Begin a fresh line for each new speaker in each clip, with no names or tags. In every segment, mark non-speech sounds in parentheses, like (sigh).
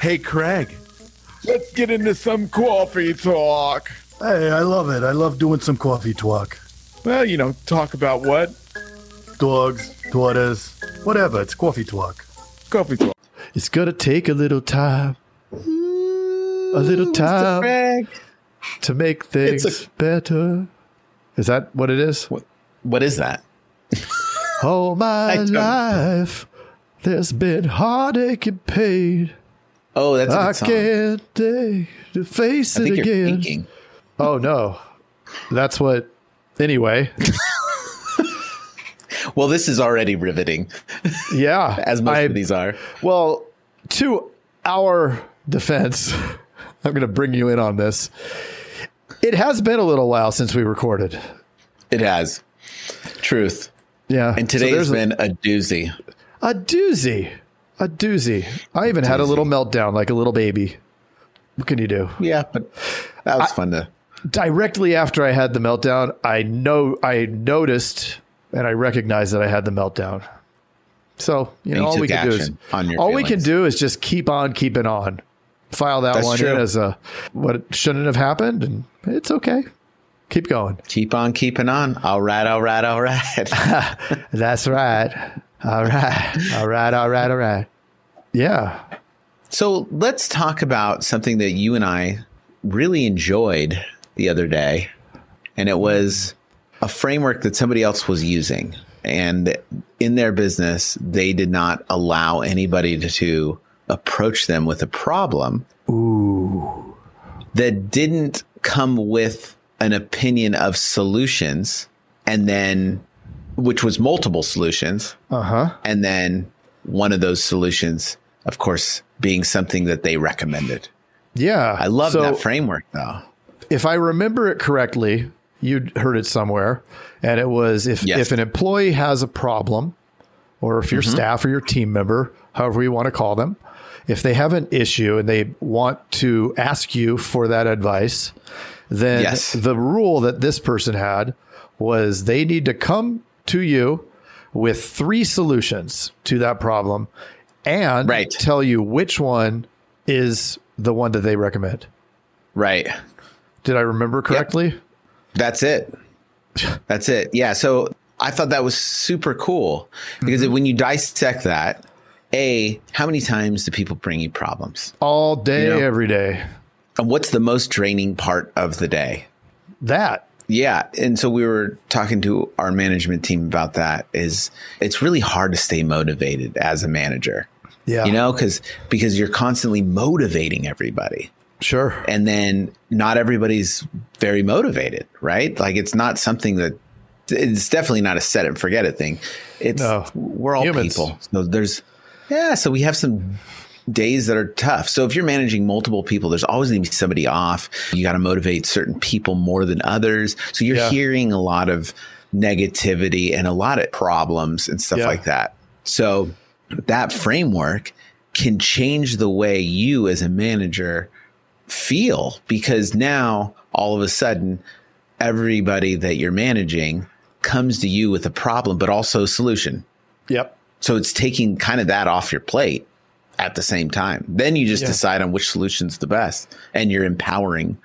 Hey, Craig. Let's get into some coffee talk.
Hey, I love it. I love doing some coffee talk.
Well, you know, talk about what?
Dogs, daughters, whatever. It's coffee talk.
Coffee talk.
It's gonna take a little time, a little
Um,
time to make
It's
things
a-
better. Is that what it is?
What is that?
All my
don't-
life, there's been heartache and pain.
Oh, that's a
I
good song. I
can't take to face it
think you're
again.
thinking.
Oh no, that's what.
(laughs)
Anyway,
Well, this is already riveting,
yeah.
(laughs) as most
I-
of these are.
Well, to our defense, (laughs) I'm going to bring you in on this. It has been a little while since we recorded.
It has. Truth.
Yeah.
And
So
today has
there's
been a doozy.
a, a doozy. A doozy. I even had a little meltdown like a little baby. What can you do?
Yeah, but that was fun to.
Directly after I had the meltdown, I know I noticed and I recognized that I had the meltdown. So, you know,
you
all
took
we can do is
action on your
all we can
feelings.
do is just keep on keeping on. File that
That's
one in
true.
as a what shouldn't have happened, and it's okay. Keep going.
Keep on keeping on. All right, all right, all
(laughs)
right.
That's right. All right. All right. All right. All right. Yeah.
so let's talk about something that you and I really enjoyed the other day. And it was a framework that somebody else was using. And in their business, they did not allow anybody to, to approach them with a problem that didn't come with an opinion of solutions and then, which was multiple solutions.
Uh huh.
and then one of those solutions, of course, being something that they recommended.
Yeah.
I love
so
that framework, though.
if I remember it correctly, you'd heard it somewhere, and it was if
Yes.
if an employee has a problem, or if
Mm-hmm.
your staff or your team member, however you want to call them, if they have an issue and they want to ask you for that advice, then
Yes.
the rule that this person had was they need to come to you with three solutions to that problem and
Right.
tell you which one is the one that they recommend.
Right.
Did I remember correctly?
That's it. That's it. Yeah. So I thought that was super cool because
Mm-hmm.
when you dissect that, A, how many times do people bring you problems?
all day,
You know?
every day.
And what's the most draining part of the day?
That
Yeah. And so we were talking to our management team about that is it's really hard to stay motivated as a manager.
Yeah.
You know, cause, because you're constantly motivating everybody
sure.
and then not everybody's very motivated, right? Like it's not something that it's definitely not a set it and forget it thing. It's
No.
we're all
Humans.
people. So there's yeah, so we have some days that are tough. So if you're managing multiple people, there's always going to be somebody off. You got to motivate certain people more than others. So you're
Yeah.
hearing a lot of negativity and a lot of problems and stuff
Yeah.
like that. So that framework can change the way you as a manager feel because now all of a sudden everybody that you're managing comes to you with a problem but also a solution
Yep.
so it's taking kind of that off your plate at the same time then you just
Yeah.
decide on which solution's the best and you're empowering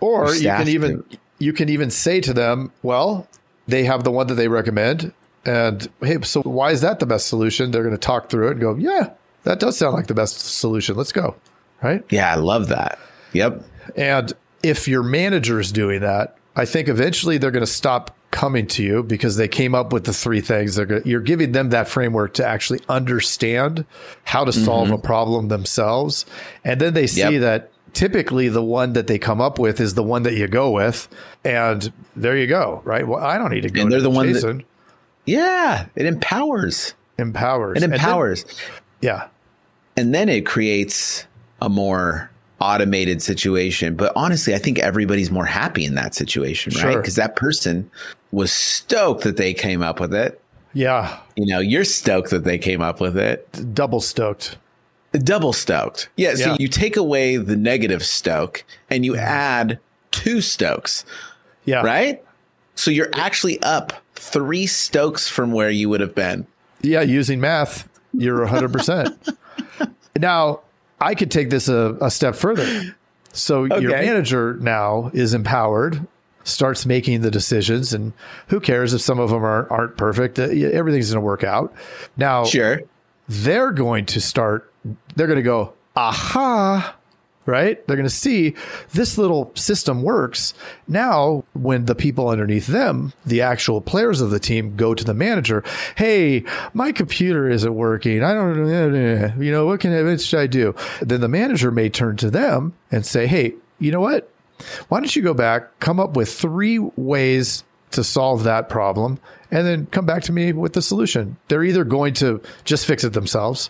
Or
Your
you
staff
can even you can even say to them, well, they have the one that they recommend, and hey, so why is that the best solution? They're going to talk through it and go, yeah, that does sound like the best solution. Let's go. Right.
yeah i love that yep
And if your manager is doing that, I think eventually they're going to stop coming to you because they came up with the three things. They're going to, you're giving them that framework to actually understand how to solve a problem themselves, and then they see
Mm-hmm. Yep.
that typically the one that they come up with is the one that you go with, and there you go. Right? Well, I don't need to go.
And they're
to
the one that-
Jason.
yeah it empowers
empowers.
it
And then-
empowers
yeah.
and then it creates a more automated situation but honestly i think everybody's more happy in that situation right
Sure.
because that person was stoked that they came up with it
Yeah.
you know you're stoked that they came up with it
Double stoked.
double stoked yeah Mm-hmm. so
Yeah.
you take away the negative stoke and you add two stokes
Yeah.
right so you're actually up three stokes from where you would have been
Yeah, using math, you're 100%. now, I could take this a, a step further. So your
Okay.
manager now is empowered, starts making the decisions, and who cares if some of them are, aren't perfect? Uh, yeah, Everything's going to work out. Now
Sure.
they're going to start. They're going to go, aha. Right? They're going to see this little system works. Now, when the people underneath them, the actual players of the team, go to the manager, hey, my computer isn't working. I don't know. You know, what can I, what should I do? Then the manager may turn to them and say, hey, you know what? Why don't you go back, come up with three ways to solve that problem, and then come back to me with the solution? They're either going to just fix it themselves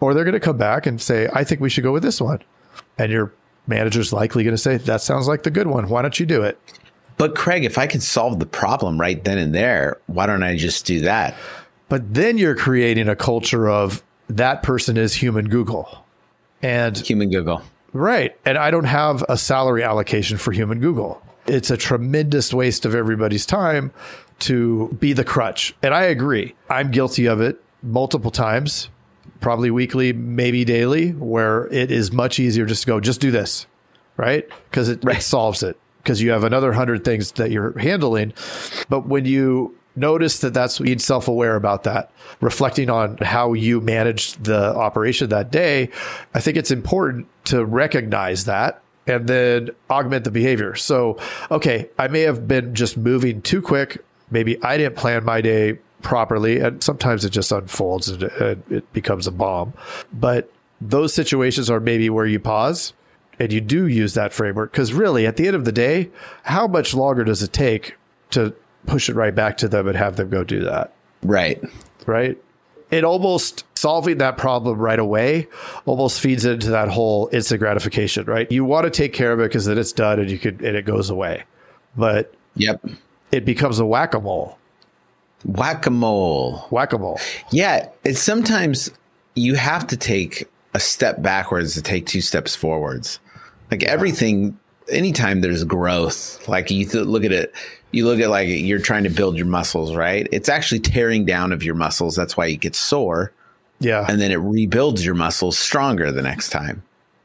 or they're going to come back and say, I think we should go with this one. And your manager's likely going to say, That sounds like the good one. Why don't you do it?
But Craig, if I can solve the problem right then and there, why don't I just do that?
But then you're creating a culture of that person is human Google. And
Human Google.
right. And I don't have a salary allocation for human Google. It's a tremendous waste of everybody's time to be the crutch. And I agree. I'm guilty of it multiple times, probably weekly, maybe daily, where it is much easier just to go, just do this. right? Because it, it solves it. Because you have another hundred things that you're handling, but when you notice that that's being self-aware about that, reflecting on how you managed the operation that day, I think it's important to recognize that and then augment the behavior. So, okay, I may have been just moving too quick. Maybe I didn't plan my day properly, and sometimes it just unfolds and and it becomes a bomb. But those situations are maybe where you pause and you do use that framework because really at the end of the day how much longer does it take to push it right back to them and have them go do that
Right.
right it almost solving that problem right away almost feeds into that whole instant gratification right you want to take care of it because then it's done and you could and it goes away but
Yep.
it becomes a whack-a-mole
Whack a mole.
whack-a-mole
Yeah, it's sometimes you have to take a step backwards to take two steps forwards. Like everything, anytime there's growth, like you th- look at it, you look at like you're trying to build your muscles, right? It's actually tearing down of your muscles. That's why you get sore
yeah
and then it rebuilds your muscles stronger the next time.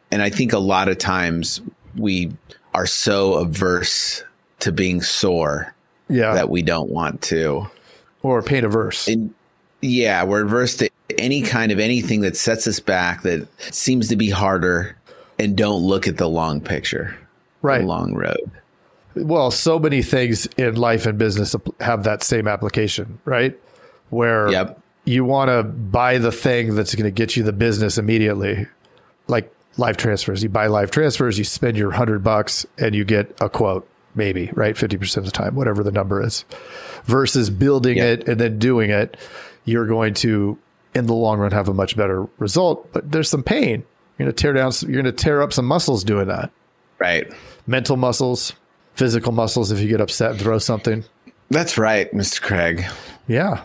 And I think a lot of times we are so averse to being sore
yeah
that we don't want to
or paint averse
and yeah, we're averse to any kind of anything that sets us back that seems to be harder and don't look at the long picture,
right
the long road.
well, so many things in life and business ap- have that same application, right? Where
Yep.
you want to buy the thing that's going to get you the business immediately, like live transfers. You buy live transfers, you spend your hundred bucks, and you get a quote, maybe right, fifty percent of the time, whatever the number is, versus building
Yep.
it and then doing it. You're going to, in the long run, have a much better result, but there's some pain. You're going to tear down. s- You're going to tear up some muscles doing that
Right.
mental muscles, physical muscles if you get upset and throw something.
That's right, Mr. Craig.
Yeah.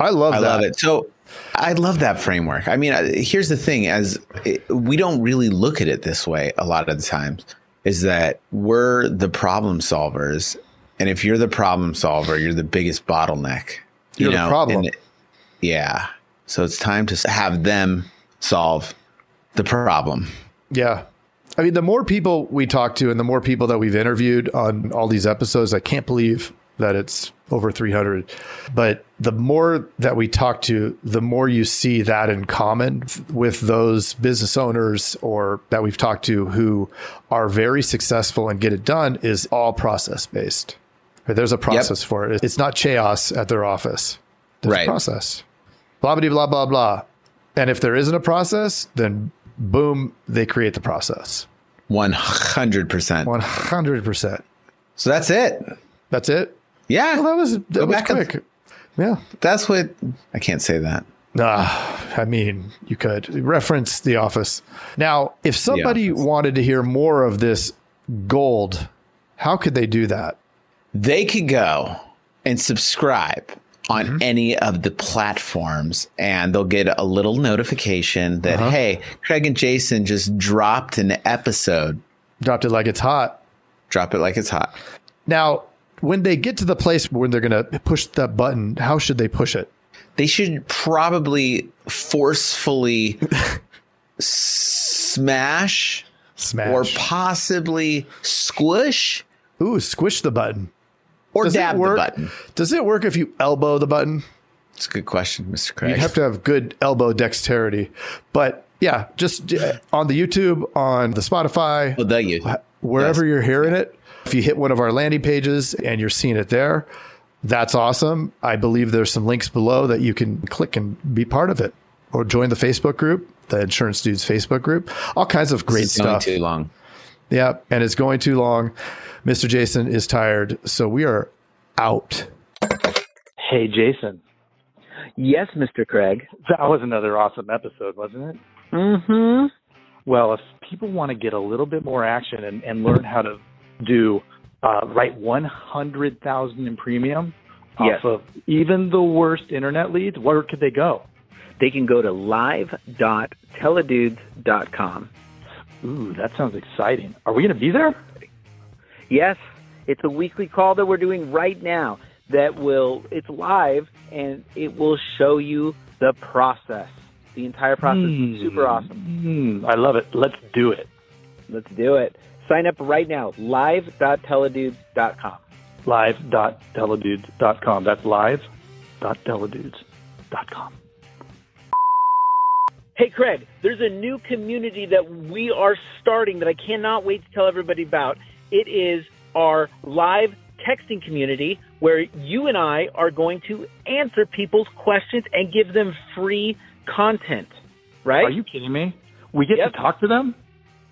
I love
I
that.
love it. So I love that framework. I mean, I- here's the thing: as it, we don't really look at it this way a lot of the times, is that we're the problem solvers, and if you're the problem solver, you're the biggest bottleneck.
You're the problem.
and- yeah. So it's time to s- have them solve the problem.
Yeah. I mean, the more people we talk to and the more people that we've interviewed on all these episodes, I can't believe that it's over 300. But the more that we talk to, the more you see that in common with those business owners or that we've talked to who are very successful and get it done is all process based. There's a process for it. It's not chaos at their office. There's a
Right.
process. Blah, blah, blah, blah, blah. And if there isn't a process, then boom, they create the process.
One hundred percent.
100%.
So that's it.
That's it.
Yeah,
Well, that was, that
Go
was
back and-
quick. yeah.
that's what I can't say that.
Ah, I mean, you could reference The Office. Now, if somebody wanted to hear more of this gold, how could they do that?
they could go and subscribe on
Mm-hmm.
any of the platforms and they'll get a little notification that
Uh-huh.
hey craig and jason just dropped an episode
Dropped it like it's hot.
drop it like it's hot
Now, when they get to the place where they're going to push that button, how should they push it? (laughs)
they should probably forcefully smash or
Smash.
possibly squish
Ooh, squish the button.
or
Does
dab
it
the
work?
button?
Does it work if you elbow the button?
It's a good question, Mr.
You
Craig.
have to have good elbow dexterity. But yeah, just uh, on the YouTube, on the Spotify,
Well, there you.
wherever you're hearing it, if you hit one of our landing pages and you're seeing it there, that's awesome. I believe there's some links below that you can click and be part of it or join the Facebook group, the Insurance Dudes Facebook group, all kinds of great
It's going
stuff.
too long.
Yeah, and it's going too long. Mr. Jason is tired, so we are out.
Hey, Jason.
Yes, Mr. Craig.
That was another awesome episode, wasn't it?
Mm-hmm.
Well, if people want to get a little bit more action and, and learn how to do uh, write 100,000 in premium
Yes.
off of even the worst internet leads, where could they go?
They can go to live.teledudes.com.
Ooh, that sounds exciting. Are we going to be there?
Yes, it's a weekly call that we're doing right now that will, it's live and it will show you the process. The entire process. Super awesome.
Hmm, I love it. Let's do it.
Let's do it. Sign up right now. Live.teledudes.com.
Live.teledudes.com. That's live.teledudes.com.
Hey, Craig, there's a new community that we are starting that I cannot wait to tell everybody about. It is our live texting community where you and I are going to answer people's questions and give them free content, right?
Are you kidding me? We get
Yep.
to talk to them?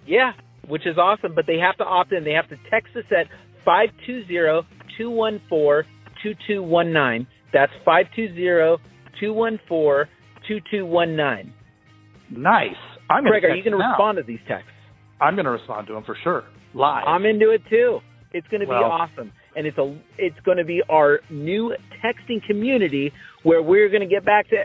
Yeah, which is awesome, but they have to opt in. They have to text us at 520-214-2219. That's 520-214-2219.
Nice. I'm gonna
Craig, are you
text
going to
them now.
respond to these texts?
I'm going to respond to them for sure. Live.
I'm into it too. It's going to be
Well-
awesome, and it's a it's going to be our new texting community where we're going to get back to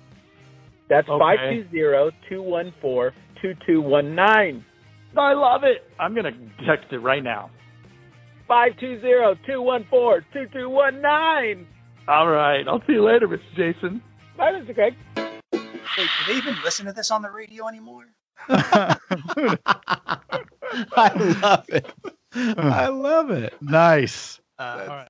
That's
Okay.
five two zero two one four two two one nine.
I love it. I'm going to text it right now.
Five two zero two one four two two one nine.
All right. I'll see you later, Mr. Jason.
Bye, Mr. Craig.
Wait, do they even listen to this on the radio anymore?
I love it.
Uh, all right.